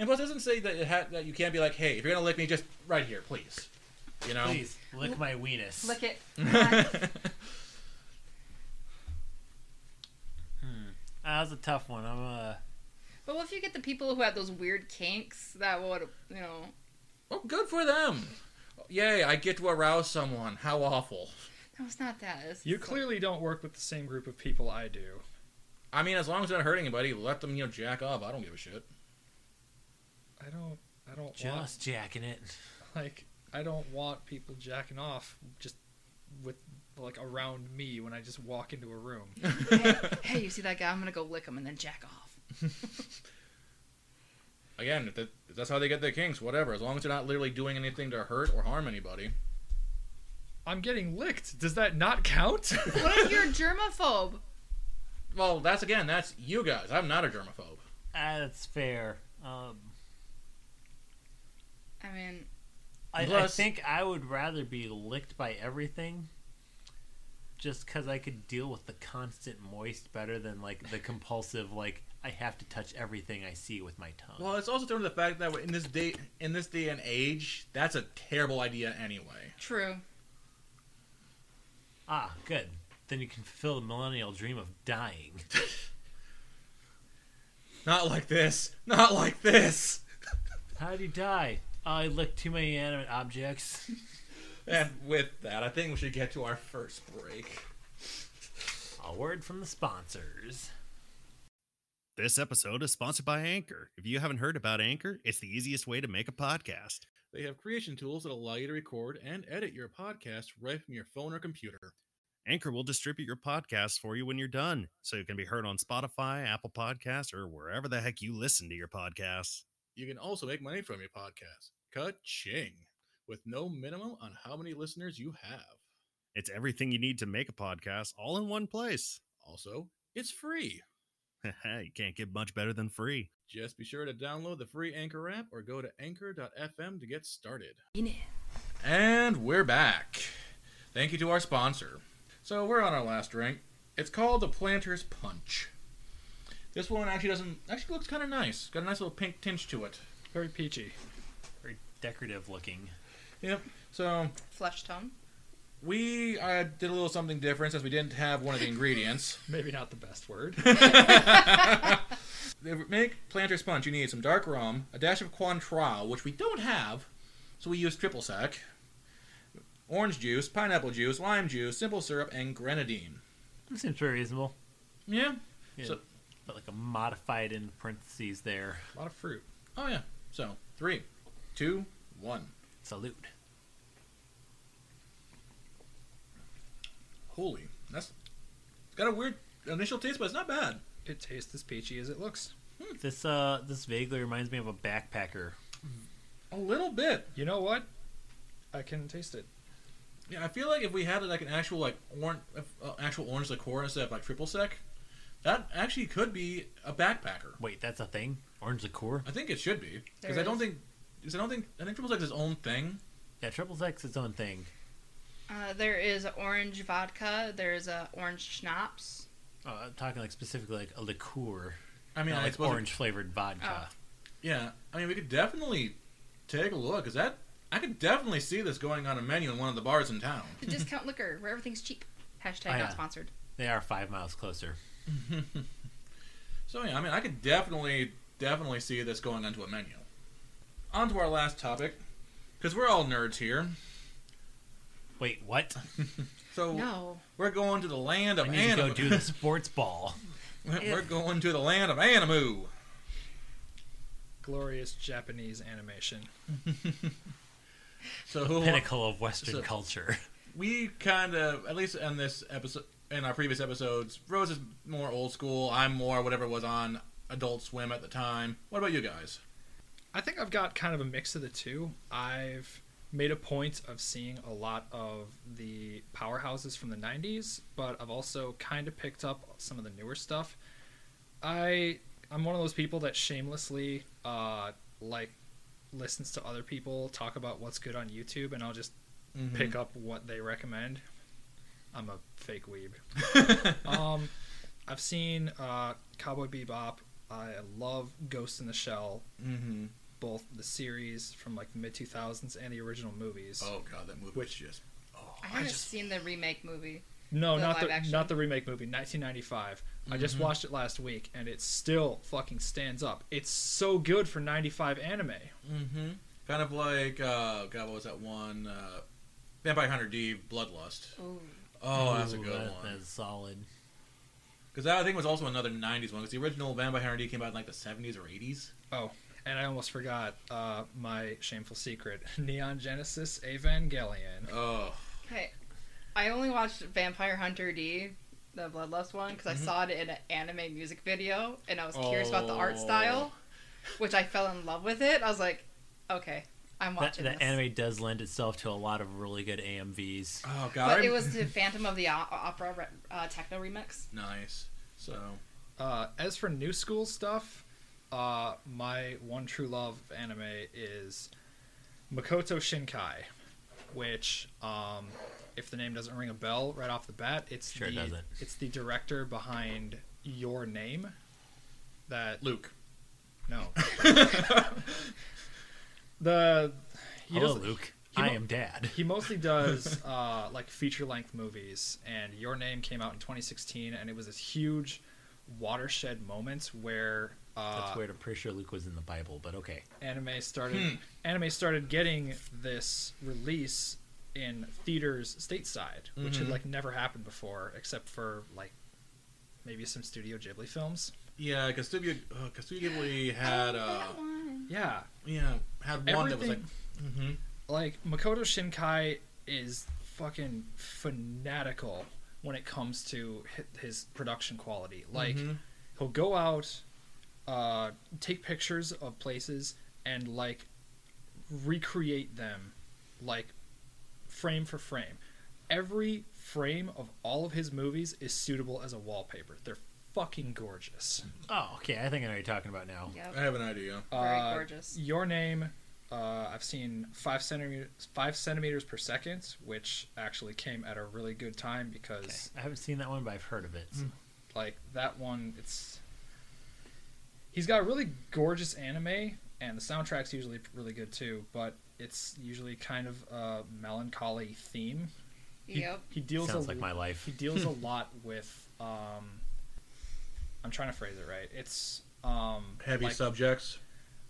S1: And plus, it doesn't say that it ha- that you can't be like, hey, if you're gonna lick me, just right here, please. You know.
S3: Please lick my weenus.
S2: Lick it.
S3: Ah, That was a tough one. I'm uh
S2: But what if you get the people who have those weird kinks that would, you know,
S1: Well, good for them. Yay! I get to arouse someone. How awful.
S2: no, it's not that. It's
S4: You
S2: just
S4: clearly don't work with the same group of people I do.
S1: I mean, as long as they're not hurting anybody, let them, you know, jack off. I don't give a shit.
S4: I don't. I don't want
S3: just jacking it.
S4: like. I don't want people jacking off just with like around me when I just walk into a room.
S2: Like, hey, you see that guy? I'm gonna go lick him and then jack off.
S1: Again, if, that, if that's how they get their kinks, whatever. As long as they're not literally doing anything to hurt or harm anybody.
S4: I'm getting licked. Does that not count?
S2: What if you're a germaphobe?
S1: Well, that's again, that's you guys. I'm not a germaphobe.
S3: Ah, that's fair. Um
S2: I mean,
S3: I, I
S1: Plus-
S3: think I would rather be licked by everything just because I could deal with the constant moist better than like the compulsive like I have to touch everything I see with my tongue.
S1: Well, it's also thrown to the fact that in this day, in this day and age, that's a terrible idea anyway.
S2: true.
S3: ah, good. Then you can fulfill the millennial dream of dying.
S1: Not like this. Not like this.
S3: How would you die? I licked too many inanimate objects.
S1: And with that, I think we should get to our first break.
S3: A word from the sponsors.
S5: This episode is sponsored by Anchor. If you haven't heard about Anchor, it's the easiest way to make a podcast.
S1: They have creation tools that allow you to record and edit your podcast right from your phone or computer.
S5: Anchor will distribute your podcast for you when you're done, so it can be heard on Spotify, Apple Podcasts, or wherever the heck you listen to your podcasts.
S1: You can also make money from your podcast. Ka-ching! With no minimum on how many listeners you have.
S5: It's everything you need to make a podcast all in one place.
S1: Also, it's free.
S5: you can't get much better than free.
S1: Just be sure to download the free Anchor app or go to anchor.fm to get started.
S2: In it.
S1: And we're back. Thank you to our sponsor. So we're on our last drink. It's called the Planter's Punch. This one actually doesn't actually looks kind of nice. Got a nice little pink tinge to it.
S4: Very peachy.
S3: Very decorative looking.
S1: Yep. So
S2: Flesh tone.
S1: we uh, did a little something different since we didn't have one of the ingredients.
S4: Maybe not the best word.
S1: To make Planter's Punch, you need some dark rum, a dash of Cointreau, which we don't have, so we use triple sec, orange juice, pineapple juice, lime juice, simple syrup, and grenadine.
S3: That seems very reasonable.
S1: Yeah.
S3: Yeah.
S1: So-
S3: but like a modified in parentheses there.
S4: A lot of fruit.
S1: Oh yeah. So three, two, one.
S3: Salute.
S1: Holy, that's it's got a weird initial taste, but it's not bad.
S4: It tastes as peachy as it looks.
S3: This uh this vaguely reminds me of a backpacker.
S1: A little bit.
S4: You know what? I can taste it.
S1: Yeah, I feel like if we had like an actual like orange, uh, actual orange liqueur instead of like triple sec, that actually could be a backpacker.
S3: Wait, that's a thing? Orange liqueur?
S1: I think it should be because
S2: There
S1: I don't
S2: is.
S1: think because I don't think I think triple sec is its own thing.
S3: Yeah, Triple X its own thing.
S2: Uh, there is orange vodka. There's a orange schnapps.
S3: Uh, I'm talking like specifically like a liqueur.
S1: I mean,
S3: not
S1: I
S3: like
S1: suppose
S3: orange flavored
S2: Oh.
S3: vodka.
S1: Yeah, I mean we could definitely take a look because that I could definitely see this going on a menu in one of the bars in town.
S2: The discount liquor where everything's cheap. Hashtag
S3: Oh, yeah.
S2: not sponsored.
S3: They are five miles closer.
S1: So yeah, I mean, I could definitely, definitely see this going onto a menu. On to our last topic, because we're all nerds here.
S3: Wait, what?
S1: So
S2: No.
S1: we're going to the land of
S3: I need to go
S1: anime.
S3: do the sports ball.
S1: we're going to the land of animu.
S4: Glorious Japanese animation.
S1: So who
S3: Pinnacle of Western
S1: So-
S3: culture.
S1: we kind of, at least in this episode, in our previous episodes, Rose is more old school. I'm more whatever was on Adult Swim at the time. What about you guys?
S4: I think I've got kind of a mix of the two. I've made a point of seeing a lot of the powerhouses from the 90s, but I've also kind of picked up some of the newer stuff. I I'm one of those people that shamelessly uh like listens to other people talk about what's good on YouTube and I'll just pick up what they recommend. I'm a fake weeb. um I've seen uh Cowboy Bebop. I love Ghost in the Shell
S1: Mm-hmm.
S4: both the series from like the mid 2000s and the original movies.
S1: Oh god, that movie was
S4: Which-
S1: just. Oh,
S2: I haven't seen the remake movie.
S4: no,
S2: the
S4: not the
S2: live action.
S4: not the remake movie, 1995. I just watched it last week and it still fucking stands up. It's so good for 95 anime.
S1: Mm-hmm. Kind of like uh, God, what was that one? Uh, Vampire Hunter D, Bloodlust.
S2: Ooh.
S1: Oh, that's a
S3: Ooh,
S1: good
S3: that-
S1: one.
S3: That's solid.
S1: Because that I think was also another '90s one. Because the original Vampire Hunter D came out in like the '70s or '80s.
S4: Oh, and I almost forgot uh, my shameful secret, Neon Genesis Evangelion.
S1: Oh,
S2: Okay. I only watched Vampire Hunter D, the Bloodlust one, because
S3: Mm-hmm.
S2: I saw it in an anime music video, and I was curious about the art
S1: Oh.
S2: style,
S3: Oh.
S2: which I fell in love with it. I was like, okay, I'm
S3: That,
S2: watching
S3: that
S2: this.
S3: anime does lend itself to a lot of really good AMVs.
S1: oh God!
S2: But
S1: I-
S2: it was the Phantom of the O- Opera re- uh, techno remix.
S1: nice. So
S4: Uh, as for new school stuff, uh, my one true love of anime is Makoto Shinkai, which, um, if the name doesn't ring a bell right off the bat, it's
S3: Sure
S4: the,
S3: doesn't.
S4: It's the director behind Your Name. That
S1: Luke,
S4: no. the he
S3: Hello,
S4: doesn't-
S3: Luke.
S4: he
S3: I
S4: don't-
S3: am Dad.
S4: he mostly does uh, like feature length movies, and Your Name came out in 2016, and it was this huge watershed moment where uh,
S3: That's weird. I'm pretty sure Luke was in the Bible, but okay.
S4: anime started anime started getting this release in theaters stateside, which had like never happened before, except for like maybe some Studio Ghibli films.
S1: Yeah, because Studio, uh, 'cause Studio Ghibli had uh,
S2: that one.
S4: Yeah,
S1: yeah had one that was like,
S4: Everything-
S1: mm-hmm.
S4: like Makoto Shinkai is fucking fanatical when it comes to hi- his production quality. Like
S1: Mhm.
S4: he'll go out, uh, take pictures of places and like recreate them, like frame for frame. Every frame of all of his movies is suitable as a wallpaper. They're fucking gorgeous.
S3: Oh, okay. I think I know what you're talking about now.
S2: Yep.
S1: I have an idea.
S2: Very
S4: Uh,
S2: gorgeous.
S4: Your name, uh, I've seen five centimeters, five centimeters per second, which actually came at a really good time because
S3: I haven't seen that one, but I've heard of
S2: Mm.
S3: it.
S4: like that one, it's he's got a really gorgeous anime, and the soundtrack's usually really good too. But it's usually kind of a melancholy theme. He,
S2: Yep.
S4: he deals
S3: Sounds
S4: a,
S3: like my life.
S4: He deals a lot with. Um, I'm trying to phrase it right. It's um,
S1: Heavy
S4: like-
S1: subjects.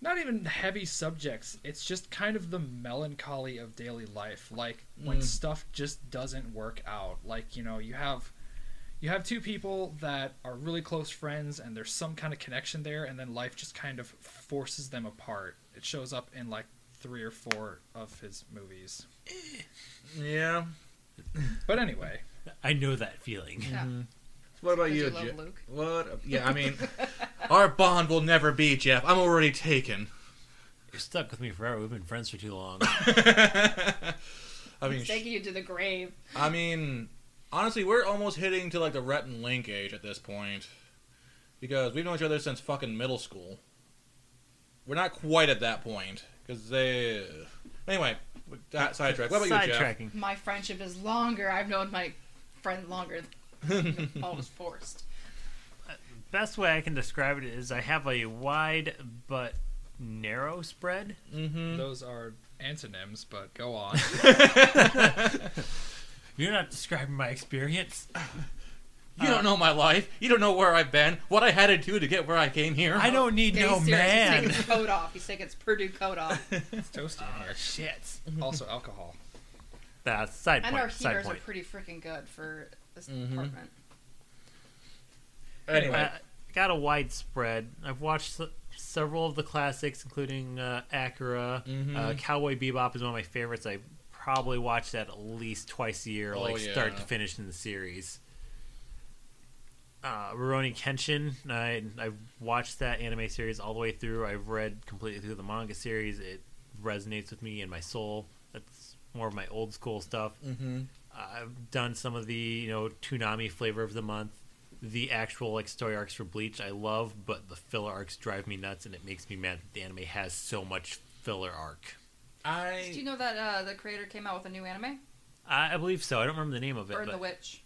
S4: not even heavy subjects. It's just kind of the melancholy of daily life, like when
S1: Mm.
S4: stuff just doesn't work out. Like you know, you have you have two people that are really close friends, and there's some kind of connection there, and then life just kind of forces them apart. It shows up in like three or four of his movies.
S1: Yeah.
S4: But anyway,
S3: I know that feeling.
S2: Yeah.
S1: What about
S2: I do
S1: you,
S2: love
S1: Jeff?
S2: Luke.
S1: What? Yeah, I mean, our bond will never be Jeff. I'm already taken.
S3: You're stuck with me forever. We've been friends for too long.
S1: I mean,
S2: It's taking you to the grave.
S1: I mean, honestly, we're almost hitting to like the Rhett and Link age at this point because we've known each other since fucking middle school. We're not quite at that point because they. Anyway, with
S3: Uh,
S1: that sidetrack. What about you, Jeff?
S3: Sidetracking.
S2: My friendship is longer. I've known my friend longer than I was forced.
S3: Best way I can describe it is I have a wide but narrow spread.
S4: those are antonyms, but go on.
S3: You're not describing my experience.
S1: You
S3: Uh,
S1: don't know my life. You don't know where I've been. What I had to do to get where I came here.
S3: I don't need
S2: Yeah,
S3: no
S2: he's serious. He's
S3: man.
S2: taking his coat off. He's taking his Purdue coat off.
S4: it's toasty in here.
S3: Shit.
S4: Also, alcohol.
S3: That's side
S2: And our
S3: point. Side
S2: heaters are
S3: point.
S2: pretty freaking good for this
S1: Mm-hmm.
S2: apartment.
S1: Anyway,
S3: I Uh, got a wide spread. I've watched s- several of the classics, including uh, Acura.
S1: Mm-hmm.
S3: Uh, Cowboy Bebop is one of my favorites. I probably watch that at least twice a year,
S1: Oh,
S3: like start to
S1: yeah.
S3: finish in the series. Uh, Rurouni Kenshin, I I watched that anime series all the way through. I've read completely through the manga series. It resonates with me and my soul. That's more of my old school stuff.
S1: Mhm.
S3: I've done some of the you know Toonami flavor of the month, the actual like story arcs for Bleach I love, but the filler arcs drive me nuts, and it makes me mad that the anime has so much filler arc.
S1: I
S2: Did you know that uh, the creator came out with a new anime?
S3: I, I believe so. I don't remember the name of it.
S2: Burn the
S3: but-
S2: Witch.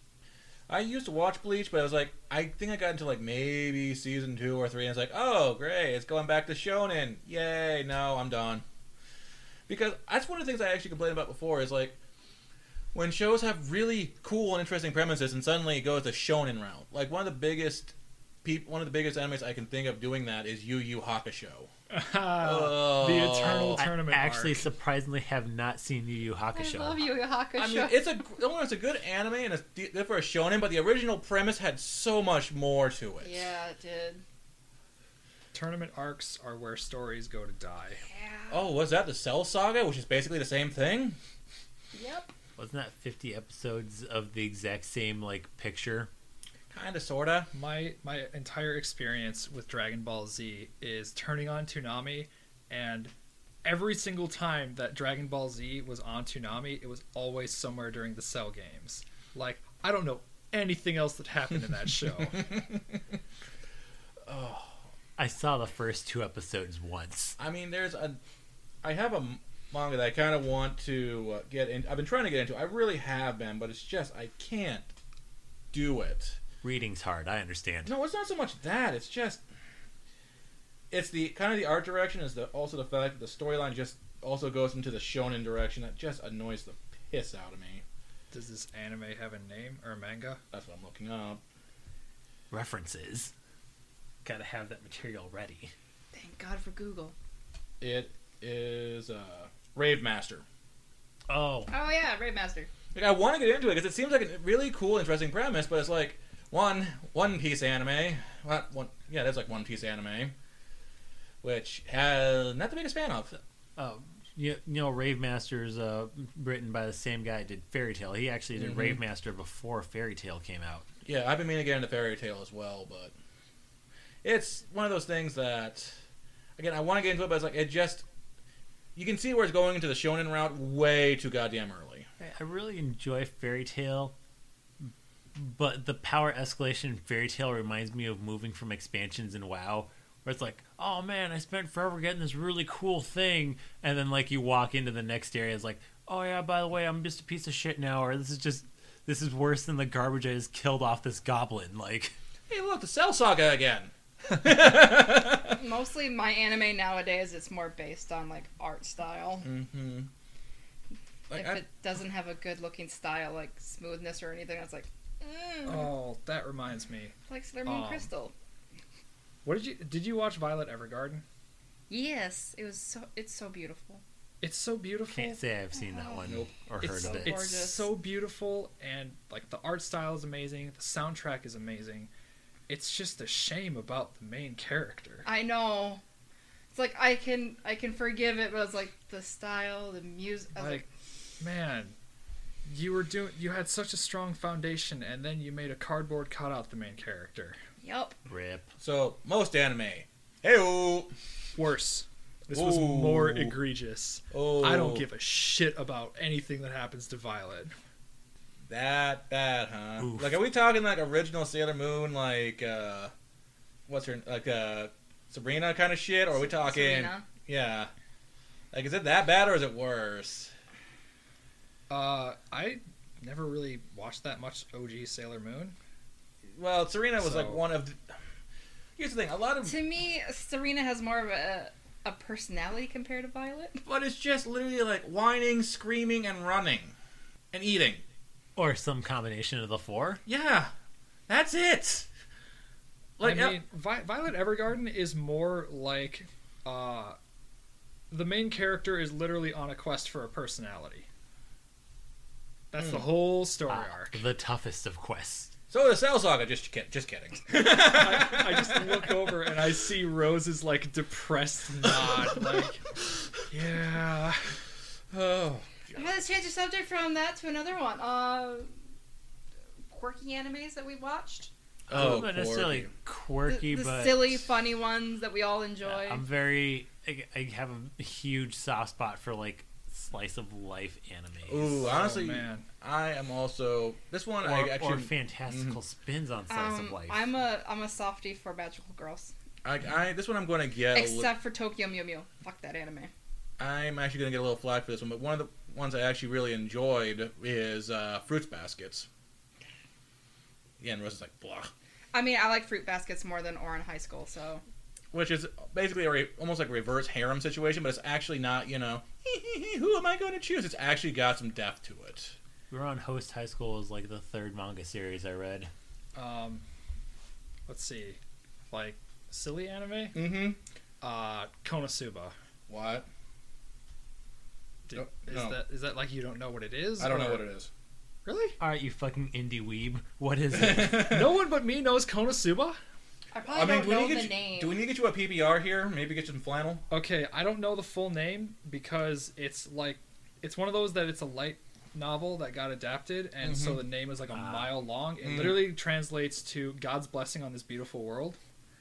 S1: I used to watch Bleach, but I was like, I think I got into like maybe season two or three, and it's like, oh great, it's going back to shonen. Yay! No, I'm done. Because that's one of the things I actually complained about before is like when shows have really cool and interesting premises, and suddenly it goes the shonen route. Like one of the biggest, peop- one of the biggest animes I can think of doing that is Yu Yu Hakusho. Oh.
S4: the eternal
S3: I
S4: tournament.
S3: actually
S4: arc.
S3: surprisingly have not seen Yu Yu Hakusho.
S2: I love Yu Yu Hakusho.
S1: I mean, it's a well, it's a good anime and it's de- good for a shonen, but the original premise had so much more to it.
S2: yeah, it did.
S4: tournament arcs are where stories go to die.
S2: Yeah.
S1: Oh, was that the Cell Saga, which is basically the same thing?
S2: Yep.
S3: Wasn't that fifty episodes of the exact same like picture?
S1: Kinda, sorta.
S4: My my entire experience with Dragon Ball Z is turning on Toonami, and every single time that Dragon Ball Z was on Toonami, it was always somewhere during the Cell games. Like I don't know anything else that happened in that show.
S3: I saw the first two episodes once.
S1: I mean, there's a. I have a m- manga that I kind of want to uh, get in. I've been trying to get into. I really have been, but it's just I can't do it.
S3: Reading's hard. I understand.
S1: No, it's not so much that. It's just. It's the kind of the art direction is the also the fact that the storyline just also goes into the shonen direction that just annoys the piss out of me.
S4: Does this anime have a name or a manga?
S1: That's what I'm looking up.
S3: References. Gotta have that material ready.
S2: Thank God for Google.
S1: It is uh, Rave Master.
S3: Oh,
S2: Oh yeah, Raid Master.
S1: Like I want to get into it because it seems like a really cool, interesting premise, but it's like one One Piece anime. Well, one, yeah, there's like One Piece anime, which has not the biggest fan of.
S3: oh, you, you know, Rave Master is uh, written by the same guy that did Fairy Tale. He actually did Rave Master before Fairy Tale came out.
S1: Yeah, I've been meaning to get into Fairy Tale as well, but it's one of those things that again I want to get into it, but it's like it just you can see where it's going into the shonen route way too goddamn early.
S3: I, I really enjoy Fairy Tale, but the power escalation in Fairy Tale reminds me of moving from expansions in WoW, where it's like, oh man, I spent forever getting this really cool thing, and then like you walk into the next area, it's like, oh yeah, by the way, I'm just a piece of shit now, or this is just this is worse than the garbage I just killed off this goblin. Like,
S1: Hey, look, the Cell Saga again.
S2: Mostly my anime nowadays, it's more based on like art style.
S1: Mm-hmm. Like,
S2: if
S1: I,
S2: it doesn't have a good looking style, like smoothness or anything, that's like, mm,
S4: Oh, that reminds me.
S2: like Sailor Moon
S4: um,
S2: Crystal.
S4: What did you did you watch Violet Evergarden?
S2: Yes, it was so. It's so beautiful.
S4: It's so beautiful.
S3: can't say I've seen that one
S1: Nope.
S3: or heard
S4: it's,
S3: of it.
S4: it's
S2: Gorgeous.
S4: so beautiful and like the art style is amazing the soundtrack is amazing it's just a shame about the main character
S2: I know. It's like I can I can forgive it, but it's like the style, the music. I was like,
S4: like man you were doing you had such a strong foundation and then you made a cardboard cutout of the main character
S2: yep.
S3: Rip.
S1: so most anime. Hey,
S4: worse this was more
S1: Ooh.
S4: egregious
S1: oh,
S4: i don't give a shit about anything that happens to violet
S1: That bad, huh?
S3: Oof.
S1: Like, are we talking like original Sailor Moon, like uh, what's her like uh, Sabrina kind of shit, or are we talking?
S2: Serena.
S1: Yeah, like is it that bad or is it worse?
S4: uh i never really watched that much og sailor moon
S1: Well, Serena was like
S4: So-
S1: one of. The... Here's the thing: a lot of,
S2: To me, Serena has more of a a personality compared to Violet.
S1: but it's just literally like whining, screaming, and running, and eating.
S3: Or some combination of the four.
S1: Yeah, that's it. Like,
S4: I mean, Vi- Violet Evergarden is more like uh, the main character is literally on a quest for a personality. That's the whole story
S3: Ah,
S4: arc.
S3: the toughest of quests.
S1: so the Cell Saga. Just kid- just kidding.
S4: I just look over and I see Rose's like depressed nod, like, yeah.
S1: oh.
S2: Well, let's change the subject from that to another one. Uh, quirky animes that we watched.
S1: Oh,
S3: not
S1: Corky.
S3: necessarily
S2: The,
S3: quirky,
S2: the
S3: but
S2: silly, funny ones that we all enjoy.
S3: I'm very. I, I have a huge soft spot for like slice of life animes.
S1: Ooh, honestly,
S4: oh, man.
S1: I am also this one.
S3: Or,
S1: I
S3: or
S1: actually,
S3: fantastical
S4: Mm-hmm.
S3: spins on slice
S2: um,
S3: of life.
S2: I'm a I'm a softie for magical girls,
S1: I, I this one I'm going to get. a li-
S2: except for Tokyo Mew Mew. Fuck that anime.
S1: I'm actually going to get a little flack for this one, but one of the ones I actually really enjoyed is uh, Fruits Baskets. Yeah, and Rose is like, blah.
S2: I mean, I like fruit baskets more than Orin High School, so
S1: Which is basically a re- almost like a reverse harem situation, but it's actually not, you know, who am I going to choose? It's actually got some depth to it.
S3: we were on Host High School is like the third manga series I read.
S4: Um, let's see, like silly anime.
S1: Mm hmm.
S4: Uh, Konosuba.
S1: What?
S4: Did,
S1: Nope,
S4: is
S1: Oh, no.
S4: that is that like you don't know what it is?
S1: I don't know
S4: or-
S1: what it is.
S4: Really?
S3: All right, you fucking indie weeb. What is it?
S4: no one but me knows Konosuba.
S2: I probably don't
S1: do we
S2: know
S1: need to
S2: the
S1: get
S2: name.
S1: you, do we need to get you a PBR here? Maybe get you some flannel.
S4: Okay, I don't know the full name because it's like it's one of those that it's a light novel that got adapted and so the name is like a mile long. It literally translates to God's blessing on this beautiful world.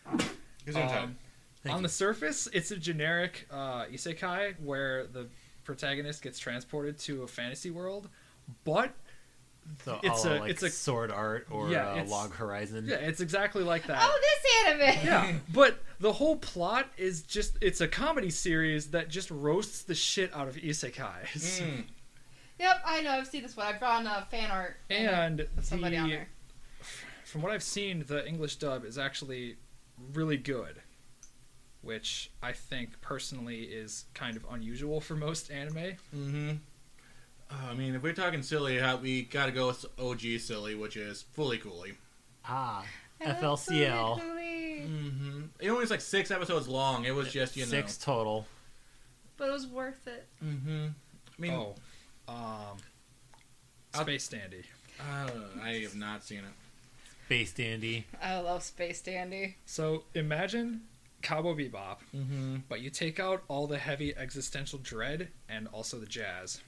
S4: Um,
S3: Thank
S4: on
S3: you.
S4: the surface, it's a generic uh, isekai where the protagonist gets transported to a fantasy world, but
S3: So
S4: it's
S3: a la,
S4: a-
S3: like
S4: it's a-
S3: sword art or
S4: Yeah,
S3: uh,
S4: it's-
S3: log horizon.
S4: yeah, it's exactly like that.
S2: oh, this anime.
S4: Yeah, but the whole plot is just it's a comedy series that just roasts the shit out of isekais.
S2: Yep, I know. I've seen this one. I found uh, fan art
S4: And
S2: of somebody on
S4: the-
S2: there.
S4: From what I've seen, the English dub is actually really good, which I think personally is kind of unusual for most anime.
S1: Mm-hmm. Uh, I mean, if we're talking silly, how we gotta go with OG silly, which is fully cooly.
S3: Ah,
S2: I love
S3: FLCL.
S2: Fully
S3: Mm.
S2: Cooly.
S1: Mm-hmm. It only was like six episodes long. It was just you know.
S3: six total.
S2: But it was worth it.
S1: Mm-hmm. I mean,
S4: Oh, Um,
S1: I'll-
S4: Space Dandy.
S1: Uh, I have not seen it.
S3: Face dandy.
S2: I love Space Dandy.
S4: So imagine Cowboy Bebop,
S1: Mm-hmm.
S4: but you take out all the heavy existential dread and also the jazz,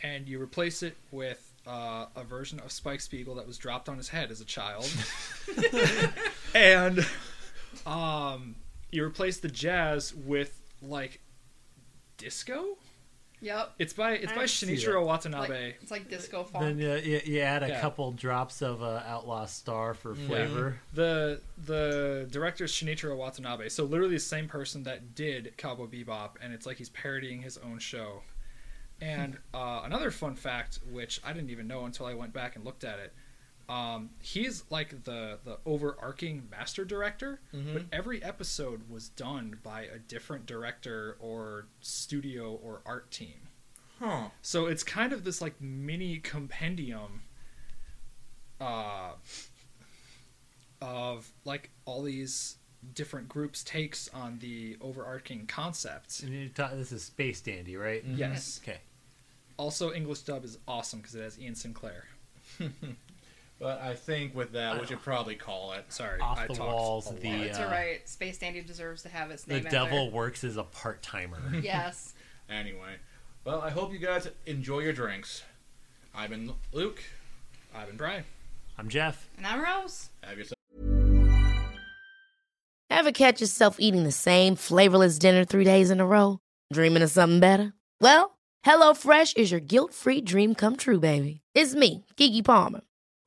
S4: and you replace it with uh, a version of Spike Spiegel that was dropped on his head as a child, and um, you replace the jazz with like disco.
S2: Yep.
S4: It's by it's
S3: I
S4: by
S3: can see
S4: Shinichiro
S3: that.
S4: Watanabe.
S2: Like, it's like disco funk.
S3: Then uh, you, you add a
S4: Yeah.
S3: couple drops of uh, Outlaw Star for flavor.
S4: The the director is Shinichiro Watanabe, so literally the same person that did Cowboy Bebop, and it's like he's parodying his own show. And uh, another fun fact, which I didn't even know until I went back and looked at it, um, he's like the the overarching master director, but every episode was done by a different director or studio or art team.
S1: Huh.
S4: So it's kind of this like mini compendium uh, of like all these different groups' takes on the overarching concept.
S3: And you ta- this is Space Dandy, right?
S4: Yes.
S3: Okay.
S4: Also, English dub is awesome because it has Ian Sinclair.
S1: But I think with that, we should probably call it.
S4: Sorry,
S3: Off
S4: I
S3: the
S4: talked
S3: walls,
S4: Oh, a
S3: the
S4: lot.
S2: It's
S3: uh,
S2: alright. Space Dandy deserves to have its
S3: the
S2: name. out
S3: devil works as a part timer.
S2: there. Yes.
S1: Anyway, well, I hope you guys enjoy your drinks. I've been Luke.
S4: Ivan Bryan.
S3: I'm Jeff.
S2: And I'm Rose.
S1: Have yourself.
S6: Ever catch yourself eating the same flavorless dinner three days in a row? Dreaming of something better? Well, HelloFresh is your guilt free dream come true, baby. It's me, Gigi Palmer.